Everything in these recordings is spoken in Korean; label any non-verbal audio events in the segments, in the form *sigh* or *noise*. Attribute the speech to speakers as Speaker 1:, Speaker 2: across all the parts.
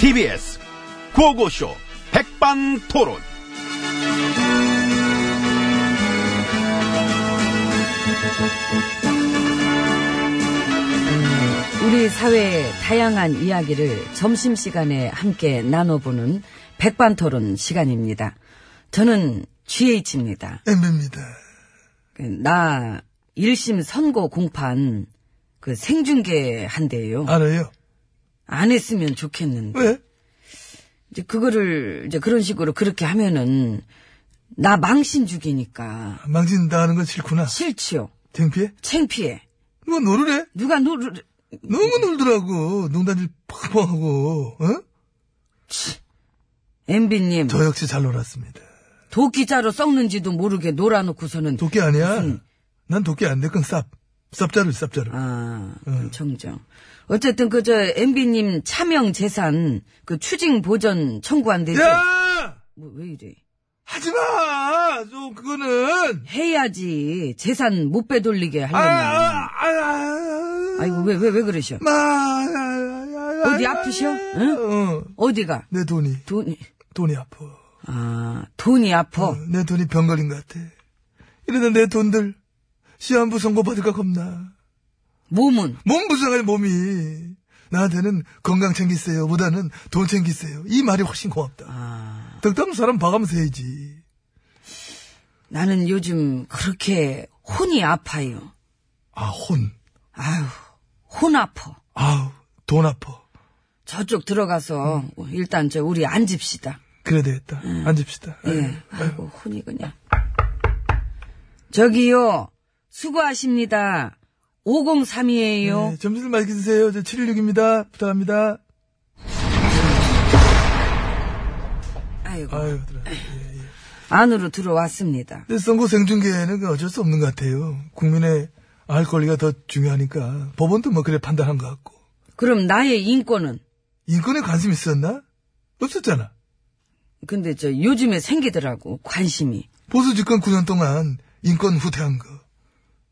Speaker 1: TBS 고고쇼 백반토론
Speaker 2: 우리 사회의 다양한 이야기를 점심시간에 함께 나눠보는 백반토론 시간입니다. 저는 GH입니다.
Speaker 1: 엠입니다
Speaker 2: 나 1심 선고 공판 그 생중계 한대요.
Speaker 1: 알아요
Speaker 2: 안 했으면 좋겠는데.
Speaker 1: 왜
Speaker 2: 이제 그거를 이제 그런 식으로 그렇게 하면은 나 망신 죽이니까
Speaker 1: 망신 당하는 건 싫구나
Speaker 2: 싫지요.
Speaker 1: 창피해
Speaker 2: 창피해.
Speaker 1: 이거 노르래
Speaker 2: 누가 노를
Speaker 1: 너무 놀더라고 농단질 펑펑 하고 어?
Speaker 2: MB님
Speaker 1: 저 역시 잘 놀았습니다
Speaker 2: 도끼자로 썩는지도 모르게 놀아놓고서는
Speaker 1: 도끼 아니야 난 도끼 안돼 그건 쌉 쌉자루 쌉자루
Speaker 2: 아, 그럼 정정. 어쨌든 그 저 MB님 차명 재산 그 추징 보전 청구한대죠.
Speaker 1: 야
Speaker 2: 뭐왜 이래?
Speaker 1: 하지마 좀 그거는
Speaker 2: 음. 해야지 재산 못 빼돌리게
Speaker 1: 아,
Speaker 2: 하려면.
Speaker 1: 아, 아, 아,
Speaker 2: 아이고 왜 왜 왜 그러셔?
Speaker 1: 마, 아, 아, 아,
Speaker 2: 어디
Speaker 1: 아,
Speaker 2: 아프셔?
Speaker 1: 아,
Speaker 2: 응?
Speaker 1: 어.
Speaker 2: 어디가?
Speaker 1: 내 돈이
Speaker 2: 돈이
Speaker 1: 돈이 아파.
Speaker 2: 아 돈이 아파.
Speaker 1: 내 돈이 병걸린 것 같아. 이러다 내 돈들 시한부 선고 받을까 겁나.
Speaker 2: 몸은
Speaker 1: 몸 부상할 몸이 나한테는 건강 챙기세요보다는 돈 챙기세요. 이 말이 훨씬 고맙다.
Speaker 2: 아
Speaker 1: 덕담 사람 봐가면서 해야지.
Speaker 2: 나는 요즘 그렇게 혼이 아파요.
Speaker 1: 아 혼,
Speaker 2: 아유 혼 아파.
Speaker 1: 아우 돈 아파.
Speaker 2: 저쪽 들어가서 일단 저 우리 앉읍시다.
Speaker 1: 그래야 되겠다. 앉읍시다.
Speaker 2: 예. 아이고, 혼이 그냥. 저기요, 수고하십니다. 503이에요.
Speaker 1: 네, 점심을 맛있게 드세요. 저 716입니다. 부탁합니다.
Speaker 2: 아이고,
Speaker 1: 아유, 들어.
Speaker 2: 안으로 들어왔습니다.
Speaker 1: 근데 선거 생중계는 그 어쩔 수 없는 것 같아요. 국민의 알 권리가 더 중요하니까 법원도 뭐 그래 판단한 것 같고
Speaker 2: 그럼 나의 인권은?
Speaker 1: 인권에 관심 있었나? 없었잖아.
Speaker 2: 근데 저 요즘에 생기더라고, 관심이.
Speaker 1: 보수 집권 9년 동안 인권 후퇴한 거.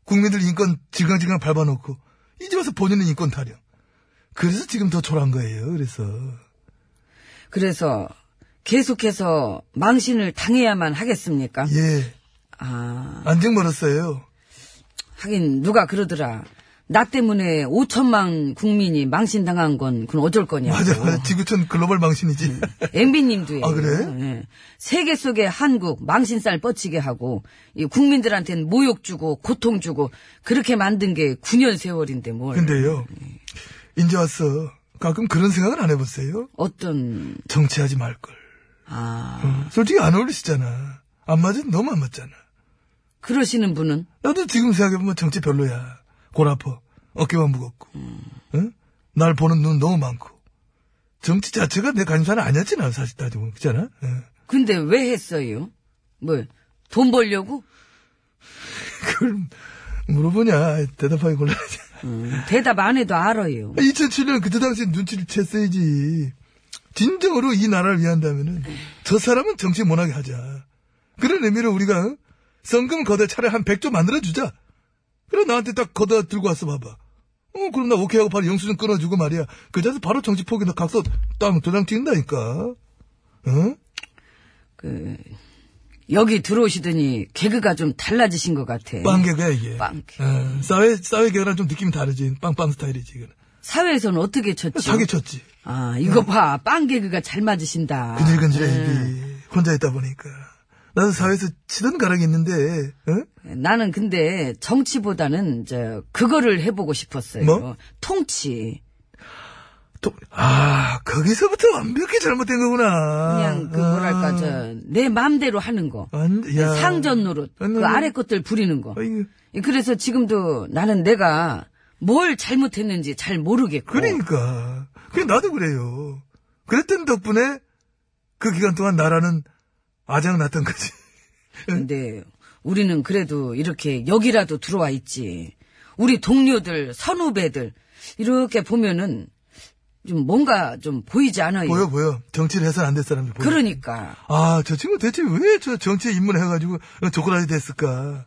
Speaker 1: 국민들 인권 질강질강 밟아놓고 이제 와서 본인은 인권 타령. 그래서 지금 더 초라한 거예요. 그래서
Speaker 2: 그래서 계속해서 망신을 당해야만 하겠습니까?
Speaker 1: 예
Speaker 2: 아,
Speaker 1: 안정 멀었어요.
Speaker 2: 하긴 누가 그러더라. 나 때문에 5천만 국민이 망신당한 건 그건 어쩔 네. 거냐고.
Speaker 1: 맞아 맞아 지구촌 글로벌 망신이지.
Speaker 2: MB님도요. 예.
Speaker 1: 아, 그래?
Speaker 2: 세계 속에 한국 망신살 뻗치게 하고 이 국민들한테는 모욕 주고 고통 주고 그렇게 만든 게 9년 세월인데 뭘.
Speaker 1: *laughs* 근데요 이제 와서 가끔 그런 생각을 안 해보세요?
Speaker 2: 어떤
Speaker 1: 정치하지 말 걸. 어,
Speaker 2: 아
Speaker 1: 솔직히 안 어울리시잖아. 안 맞은 너무 안 맞잖아.
Speaker 2: 그러시는 분은
Speaker 1: 나도 지금 생각해보면 뭐 정치 별로야. 골 아파. 어깨만 무겁고. 응? 날 보는 눈 너무 많고. 정치 자체가 내 관심사는 아니었지, 난 사실 따지고. 보면. 그잖아? 응.
Speaker 2: 근데 왜 했어요? 뭘 돈 벌려고?
Speaker 1: 그걸 물어보냐. 대답하기 곤란하지.
Speaker 2: 음, 대답 안 해도 알아요.
Speaker 1: 2007년 그때 당시 눈치를 챘어야지. 진정으로 이 나라를 위한다면은 저 사람은 정치 못하게 하자. 그런 의미로 우리가 응? 성금 거대 차례 한 100조 만들어주자. 그래 나한테 딱 거다 들고 왔어 봐봐. 어 그럼 나 오케이 하고 바로 영수증 끊어주고 말이야. 그 자서 바로 정치 포기 나 각서 땅 도장 찍는다니까. 응?
Speaker 2: 그 여기 들어오시더니 개그가 좀 달라지신 것 같아.
Speaker 1: 빵개그야 이게.
Speaker 2: 음, 빵개.
Speaker 1: 어, 사회 사회 개그랑 좀 느낌이 다르지. 빵빵 스타일이지 이거는.
Speaker 2: 사회에서는 어떻게 쳤죠?
Speaker 1: 사기 쳤지.
Speaker 2: 아 이거 봐 빵개그가 잘 맞으신다.
Speaker 1: 근질근질해
Speaker 2: 아.
Speaker 1: 입이 혼자 있다 보니까 나도 사회에서 치던 가락이 있는데 응?
Speaker 2: 나는 근데 정치보다는 저 그거를 해보고 싶었어요.
Speaker 1: 뭐?
Speaker 2: 통치.
Speaker 1: 또, 아, 거기서부터 완벽히 잘못된 거구나.
Speaker 2: 그냥 그
Speaker 1: 아.
Speaker 2: 뭐랄까 저 내 맘대로 하는 거.
Speaker 1: 완- 야.
Speaker 2: 상전 노릇.
Speaker 1: 완전-
Speaker 2: 그 아래 것들 부리는 거.
Speaker 1: 아이고,
Speaker 2: 그래서 지금도 나는 내가 뭘 잘못했는지 잘 모르겠고.
Speaker 1: 그러니까. 그냥 나도 그래요. 그랬던 덕분에 그 기간 동안 나라는 아장 났던 거지.
Speaker 2: 근데 우리는 그래도 이렇게 여기라도 들어와 있지. 우리 동료들, 선후배들 이렇게 보면은 좀 뭔가 좀 보이지 않아요.
Speaker 1: 보여, 보여. 정치를 해서는 안 될 사람들 보여.
Speaker 2: 예. 그러니까
Speaker 1: 아, 저 친구 대체 왜 저 정치에 입문해가지고 조커라지 됐을까.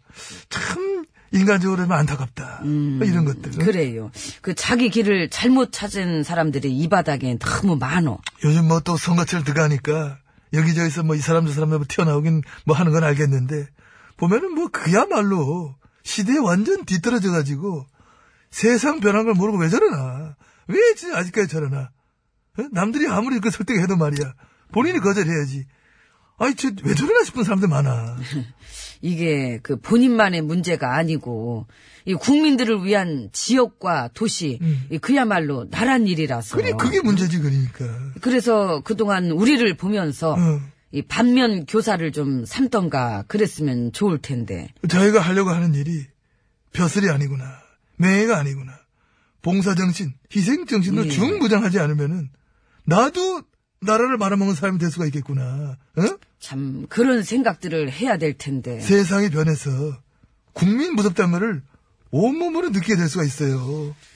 Speaker 1: 참, 인간적으로 하면 안타깝다.
Speaker 2: 음.
Speaker 1: 이런 것들.
Speaker 2: 그래요. 그 자기 길을 잘못 찾은 사람들이 이 바닥에 너무 많어.
Speaker 1: 요즘 뭐 또 선거철 들어가니까 여기저기서 뭐 이 사람 저 사람 뭐 튀어나오긴 뭐 하는 건 알겠는데 보면은 뭐 그야말로 시대에 완전 뒤떨어져가지고 세상 변한 걸 모르고 왜 저러나 왜 진짜 아직까지 저러나 어? 남들이 아무리 그 설득해도 말이야 본인이 거절해야지 아이 저왜 저러나 싶은 사람들 많아
Speaker 2: 이게 그 본인만의 문제가 아니고 이 국민들을 위한 지역과 도시 이 그야말로 나란 일이라서.
Speaker 1: 음. 그래 그게 문제지 그러니까
Speaker 2: 그래서 그동안 우리를 보면서
Speaker 1: 어.
Speaker 2: 이 반면 교사를 좀 삼던가 그랬으면 좋을 텐데.
Speaker 1: 자기가 하려고 하는 일이 벼슬이 아니구나. 매해가 아니구나. 봉사정신, 희생정신으로
Speaker 2: 예.
Speaker 1: 중부장하지 않으면은, 나도 나라를 말아먹는 사람이 될 수가 있겠구나. 어?
Speaker 2: 참 그런 생각들을 해야 될 텐데.
Speaker 1: 세상이 변해서, 국민 무섭다는 거를 온몸으로 느끼게 될 수가 있어요.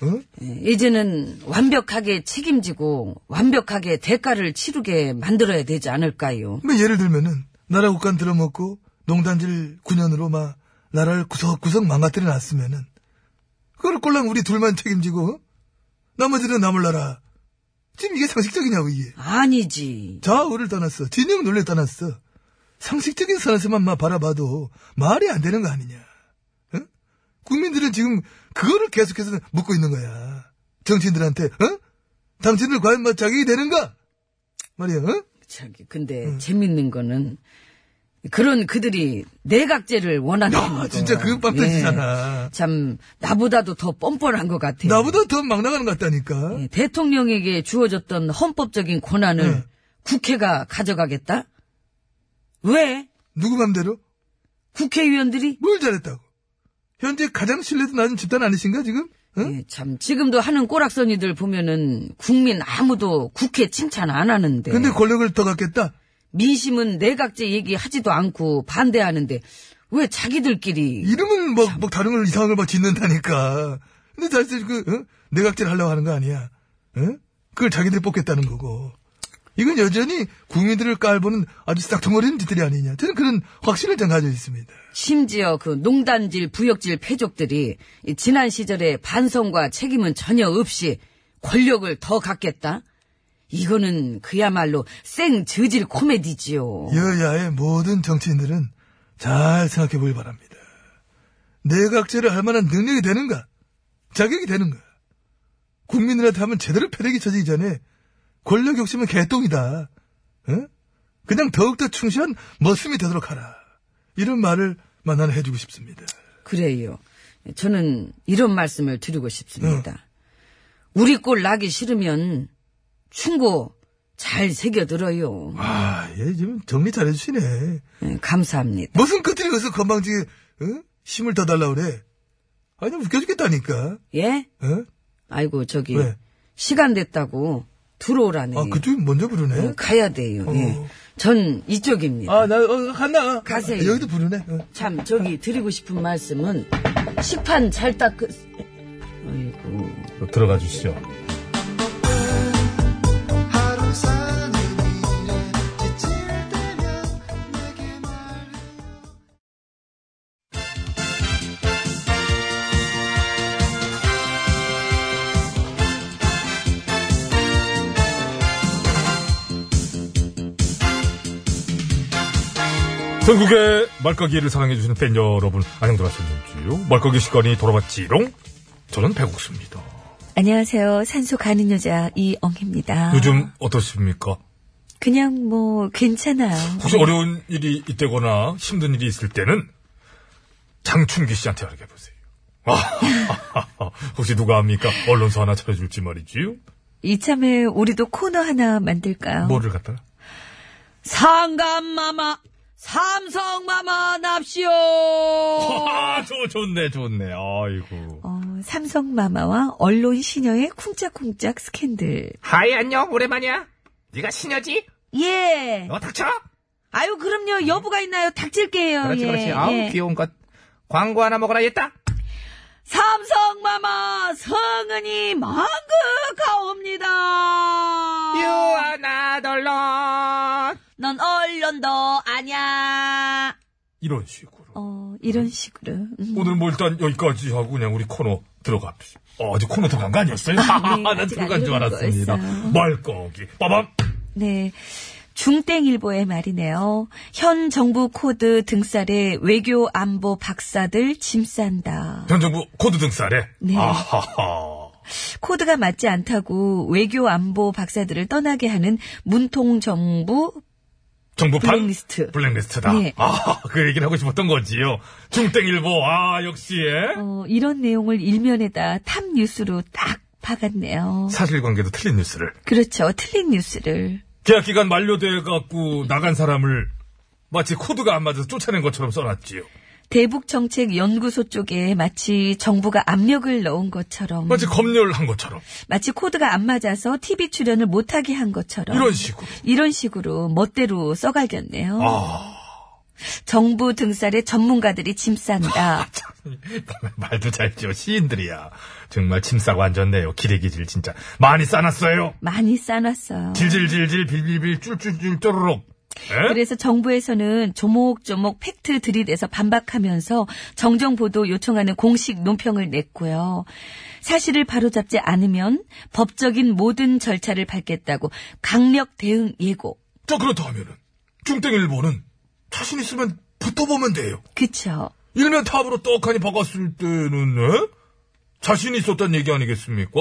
Speaker 1: 어?
Speaker 2: 예, 이제는 완벽하게 책임지고 완벽하게 대가를 치르게 만들어야 되지 않을까요?
Speaker 1: 뭐 예를 들면은, 나라 국간 들어먹고, 농단질 9년으로 막, 나라를 구석구석 망가뜨려 놨으면은, 그걸 꼴랑 우리 둘만 책임지고, 어? 나머지는 남을 나라. 지금 이게 상식적이냐고, 이게.
Speaker 2: 아니지.
Speaker 1: 좌우를 떠났어. 진영 논리 떠났어. 상식적인 선에서만 만 바라봐도 말이 안 되는 거 아니냐. 어? 국민들은 지금 그거를 계속해서 묻고 있는 거야. 정치인들한테, 어? 당신들 과연 뭐 자격이 되는가? 말이야, 어?
Speaker 2: 저기 근데
Speaker 1: 음.
Speaker 2: 재밌는 거는 그런 그들이 내각제를 원하는
Speaker 1: 야,
Speaker 2: 거.
Speaker 1: 아, 진짜 그거 빵
Speaker 2: 예.
Speaker 1: 터지잖아.
Speaker 2: 참 나보다도 더 뻔뻔한 것 같아요.
Speaker 1: 나보다 더 막 나가는 것 같다니까.
Speaker 2: 예, 대통령에게 주어졌던 헌법적인 권한을
Speaker 1: 네.
Speaker 2: 국회가 가져가겠다? 왜?
Speaker 1: 누구 맘대로?
Speaker 2: 국회의원들이?
Speaker 1: 뭘 잘했다고? 현재 가장 신뢰도 낮은 집단 아니신가, 지금? 어?
Speaker 2: 예, 참 지금도 하는 꼬락서니들 보면은 국민 아무도 국회 칭찬 안 하는데
Speaker 1: 근데 권력을 더 갖겠다?
Speaker 2: 민심은 내각제 얘기하지도 않고 반대하는데 왜 자기들끼리
Speaker 1: 이름은 뭐, 뭐 다른 걸 이상한 걸 막 짓는다니까. 근데 사실 그 어? 내각질 하려고 하는 거 아니야. 어? 그걸 자기들이 뽑겠다는 거고. 이건 여전히 국민들을 깔보는 아주 싹퉁거리는 짓들이 아니냐. 저는 그런 확신을 좀 가지고 있습니다.
Speaker 2: 심지어 그 농단질, 부역질 패족들이 이 지난 시절의 반성과 책임은 전혀 없이 권력을 더 갖겠다? 이거는 그야말로 생 저질 코미디지요.
Speaker 1: 여야의 모든 정치인들은 잘 생각해 보길 바랍니다. 내각제를 할 만한 능력이 되는가? 자격이 되는가? 국민들한테 하면 제대로 패대기 쳐지기 전에 권력 욕심은 개똥이다. 응? 그냥 더욱더 충실한 머슴이 되도록 하라. 이런 말을 만나는 해주고 싶습니다.
Speaker 2: 그래요. 저는 이런 말씀을 드리고 싶습니다.
Speaker 1: 예.
Speaker 2: 우리 꼴 나기 싫으면 충고 잘 새겨들어요.
Speaker 1: 아, 얘 지금 정리 잘해주시네.
Speaker 2: 예, 감사합니다.
Speaker 1: 무슨 끝들이 거기서 건방지게, 응? 힘을 더 달라 그래. 아니, 뭐 웃겨 죽겠다니까. 어?
Speaker 2: 예?
Speaker 1: 응?
Speaker 2: 아이고 저기
Speaker 1: 왜?
Speaker 2: 시간 됐다고 들어오라네.
Speaker 1: 아, 그쪽이 먼저
Speaker 2: 어,
Speaker 1: 부르네.
Speaker 2: 가야 돼요.
Speaker 1: 어.
Speaker 2: 예. 전 이쪽입니다.
Speaker 1: 아, 나, 어, 갔나? 어.
Speaker 2: 가세요.
Speaker 1: 아, 여기도 부르네. 어.
Speaker 2: 참 저기 드리고 싶은 말씀은 식판 잘 닦으. 아이고
Speaker 3: 들어가 주시죠. 전국의 말까기를 사랑해주시는 팬 여러분, 안녕 들어가셨는지요? 말까기 시간이 돌아왔지롱? 저는 배국수입니다.
Speaker 4: 안녕하세요. 산소 가는 여자 이엉입니다.
Speaker 3: 요즘 어떠십니까?
Speaker 4: 그냥 뭐 괜찮아요.
Speaker 3: 혹시 어려운 일이 있다거나 힘든 일이 있을 때는 장충기 씨한테
Speaker 1: *laughs*
Speaker 3: 연락해보세요. 아, 혹시 누가 합니까? 언론사 하나 차려줄지 말이지요?
Speaker 4: 이참에 우리도 코너 하나 만들까요?
Speaker 1: 뭐를 갖다가?
Speaker 5: 상감마마, 삼성마마 납시오.
Speaker 1: 아, 좋, 좋네, 좋네. 아이고.
Speaker 4: 어, 삼성마마와 언론 시녀의 쿵짝쿵짝 스캔들.
Speaker 6: 하이 안녕 오랜만이야 네가 신여지?
Speaker 5: 예.
Speaker 6: 너 닥쳐?
Speaker 5: 아유, 그럼요. 여부가 있나요? 닥칠게요.
Speaker 6: 그렇지
Speaker 5: 예,
Speaker 6: 그렇지 아우
Speaker 5: 예.
Speaker 6: 귀여운 것 광고 하나 먹어라 얘다
Speaker 5: 삼성마마 성은이 망극하옵니다.
Speaker 6: 유아나덜런
Speaker 5: 넌 언론도 아냐.
Speaker 1: 이런 식으로.
Speaker 4: 어, 이런 식으로. 음.
Speaker 1: 오늘 뭐 일단 여기까지 하고 그냥 우리 코너 들어갑시다. 어, 제 코너 들어간 거 아니었어요? *laughs*
Speaker 4: 네,
Speaker 1: 난
Speaker 4: 아직
Speaker 1: 들어간 줄
Speaker 4: 안
Speaker 1: 알았습니다.
Speaker 4: 들어갔어요.
Speaker 1: 말거기. 빠밤!
Speaker 4: 네. 중땡일보의 말이네요. 현 정부 코드 등살에 외교 안보 박사들 짐 싼다.
Speaker 1: 현 정부 코드 등살에.
Speaker 4: 네.
Speaker 1: 아하하.
Speaker 4: 코드가 맞지 않다고 외교 안보 박사들을 떠나게 하는 문통 정부
Speaker 1: 정부판?
Speaker 4: 블랙리스트.
Speaker 1: 블랙리스트다.
Speaker 4: 네.
Speaker 1: 아, 그 얘기를 하고 싶었던 거지요. 중땡일보, 아, 역시, 예.
Speaker 4: 어, 이런 내용을 일면에다 탑 뉴스로 딱 박았네요.
Speaker 1: 사실관계도 틀린 뉴스를.
Speaker 4: 그렇죠. 틀린 뉴스를.
Speaker 1: 계약기간 만료돼갖고 나간 사람을 마치 코드가 안 맞아서 쫓아낸 것처럼 써놨지요.
Speaker 4: 대북정책연구소 쪽에 마치 정부가 압력을 넣은 것처럼
Speaker 1: 마치 검열한 것처럼.
Speaker 4: 마치 코드가 안 맞아서 TV 출연을 못하게 한 것처럼
Speaker 1: 이런 식으로.
Speaker 4: 이런 식으로 멋대로 써갈겼네요.
Speaker 1: 아, *laughs*
Speaker 4: 정부 등살에 전문가들이 짐
Speaker 1: *laughs*
Speaker 4: 싼다.
Speaker 1: 말도 잘 지어. 시인들이야. 정말 침 싸고 앉았네요. 기레기질 진짜. 많이 싸놨어요.
Speaker 4: 많이 싸놨어요.
Speaker 1: 질질질질 빌빌빌 쫄쫄쫄 쪼르륵. 에?
Speaker 4: 그래서 정부에서는 조목조목 팩트 들이대서 반박하면서 정정 보도 요청하는 공식 논평을 냈고요. 사실을 바로잡지 않으면 법적인 모든 절차를 밟겠다고 강력 대응 예고.
Speaker 1: 자, 그렇다 하면은. 중땡일보는 자신 있으면 붙어보면 돼요.
Speaker 4: 그쵸?
Speaker 1: 일면 탑으로 떡하니 박았을 때는 에? 자신이 있었단 얘기 아니겠습니까?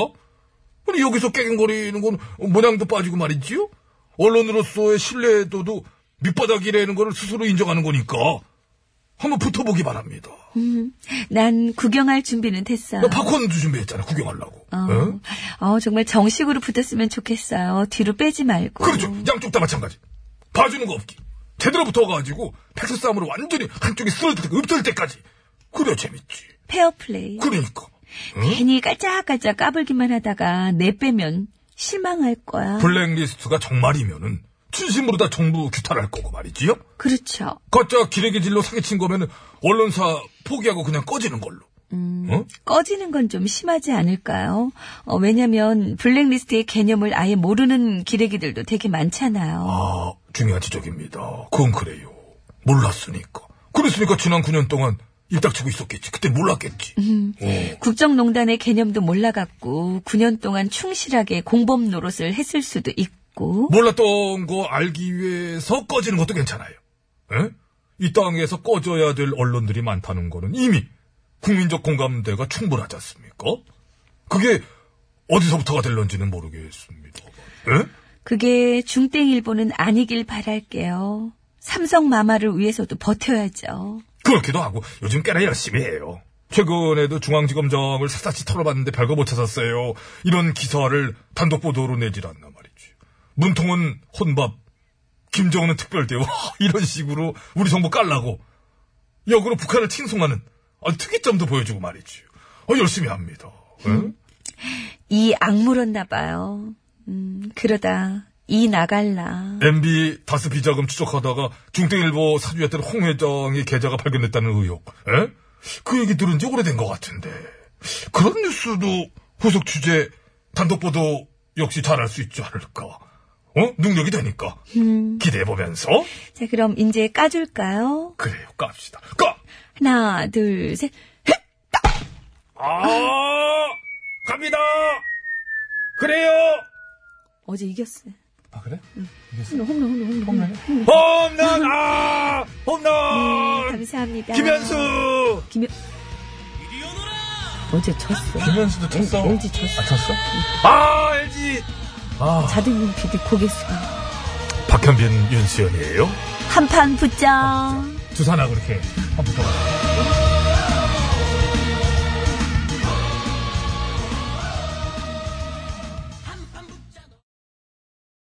Speaker 1: 근데 여기서 깨갱거리는 건 모양도 빠지고 말이지요. 언론으로서의 신뢰도도 밑바닥이라는 걸 스스로 인정하는 거니까 한번 붙어보기 바랍니다.
Speaker 4: 난 구경할 준비는 됐어.
Speaker 1: 나 팝콘도 준비했잖아 구경하려고.
Speaker 4: 어,
Speaker 1: 에?
Speaker 4: 어, 정말 정식으로 붙었으면 좋겠어요. 뒤로 빼지 말고.
Speaker 1: 그렇죠. 양쪽 다 마찬가지. 봐주는 거 없기. 제대로 붙어가지고 팩스 싸움으로 완전히 한쪽이 쓰러질 때, 엎질 때까지. 그래야 재밌지.
Speaker 4: 페어플레이.
Speaker 1: 그러니까.
Speaker 4: 괜히 깔짝깔짝 까불기만 하다가 내 빼면 실망할 거야.
Speaker 1: 블랙리스트가 정말이면은 진심으로 다 정부 규탄할 거고 말이지요.
Speaker 4: 그렇죠.
Speaker 1: 가짜 기레기질로 사기친 거면은 언론사 포기하고 그냥 꺼지는 걸로. 어?
Speaker 4: 꺼지는 건 좀 심하지 않을까요? 어, 왜냐면 블랙리스트의 개념을 아예 모르는 기레기들도 되게 많잖아요.
Speaker 1: 아 중요한 지적입니다. 그건 그래요. 몰랐으니까. 그랬으니까 지난 9년 동안 일딱치고 있었겠지. 그때 몰랐겠지. 어.
Speaker 4: 국정농단의 개념도 몰라갖고 9년 동안 충실하게 공범 노릇을 했을 수도 있고
Speaker 1: 몰랐던 거 알기 위해서 꺼지는 것도 괜찮아요. 에? 이 땅에서 꺼져야 될 언론들이 많다는 거는 이미 국민적 공감대가 충분하지 않습니까? 그게 어디서부터가 될런지는 모르겠습니다. 예? 에?
Speaker 4: 그게 중땡일보는 아니길 바랄게요. 삼성 마마를 위해서도 버텨야죠.
Speaker 1: 그렇기도 하고 요즘 꽤나 열심히 해요. 최근에도 중앙지검장을 샅샅이 털어봤는데 별거 못 찾았어요. 이런 기사를 단독 보도로 내질 않나 말이지. 문통은 혼밥, 김정은은 특별대우 *laughs* 이런 식으로 우리 정부 깔라고 역으로 북한을 칭송하는 아, 특이점도 보여주고 말이지. 어, 열심히 합니다. 예?
Speaker 4: 이 악물었나 봐요. 음, 그러다 이 나갈라.
Speaker 1: MB 다스 비자금 추적하다가 중땡일보 사주였던 홍 회장의 계좌가 발견됐다는 의혹. 에? 그 얘기 들은 지 오래된 것 같은데. 그런 뉴스도 후속 취재, 단독 보도 역시 잘할 수 있지 않을까. 어? 능력이 되니까. 음. 기대해보면서.
Speaker 4: 자, 그럼 이제 까줄까요?
Speaker 1: 그래요, 깝시다. 까!
Speaker 4: 하나, 둘, 셋. 헥!
Speaker 1: 아! 갑니다! 그래요!
Speaker 4: 어제 이겼어요.
Speaker 1: 아, 그래? 홈런, 홈런, 홈런. 홈런, 아! 홈런!
Speaker 4: 감사합니다.
Speaker 1: 김현수!
Speaker 4: 어제 졌어.
Speaker 1: 김현수도 쳤어?
Speaker 4: LG 쳤어.
Speaker 1: 아, 쳤어? 아, LG! 아.
Speaker 4: 자등분 PD 고개수가.
Speaker 1: 박현빈 윤수연이에요.
Speaker 4: 한판 붙자.
Speaker 1: 두산하고 이렇게 한번 붙어가